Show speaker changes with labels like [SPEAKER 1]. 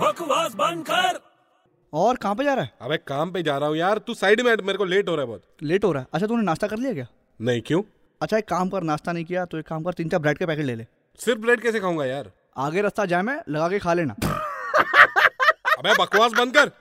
[SPEAKER 1] बकवास बंद कर
[SPEAKER 2] और कहाँ पे जा रहा है
[SPEAKER 3] अबे काम पे जा रहा हूँ यार तू साइड में हट, मेरे को लेट हो रहा है बहुत
[SPEAKER 2] लेट हो रहा है अच्छा तूने नाश्ता कर लिया क्या
[SPEAKER 3] नहीं क्यों
[SPEAKER 2] अच्छा एक काम कर नाश्ता नहीं किया तो एक काम कर तीन चार ब्रेड के पैकेट ले ले
[SPEAKER 3] सिर्फ ब्रेड कैसे खाऊंगा यार
[SPEAKER 2] आगे रास्ता जाम है लगा के खा लेना
[SPEAKER 3] अबे बकवास बंद कर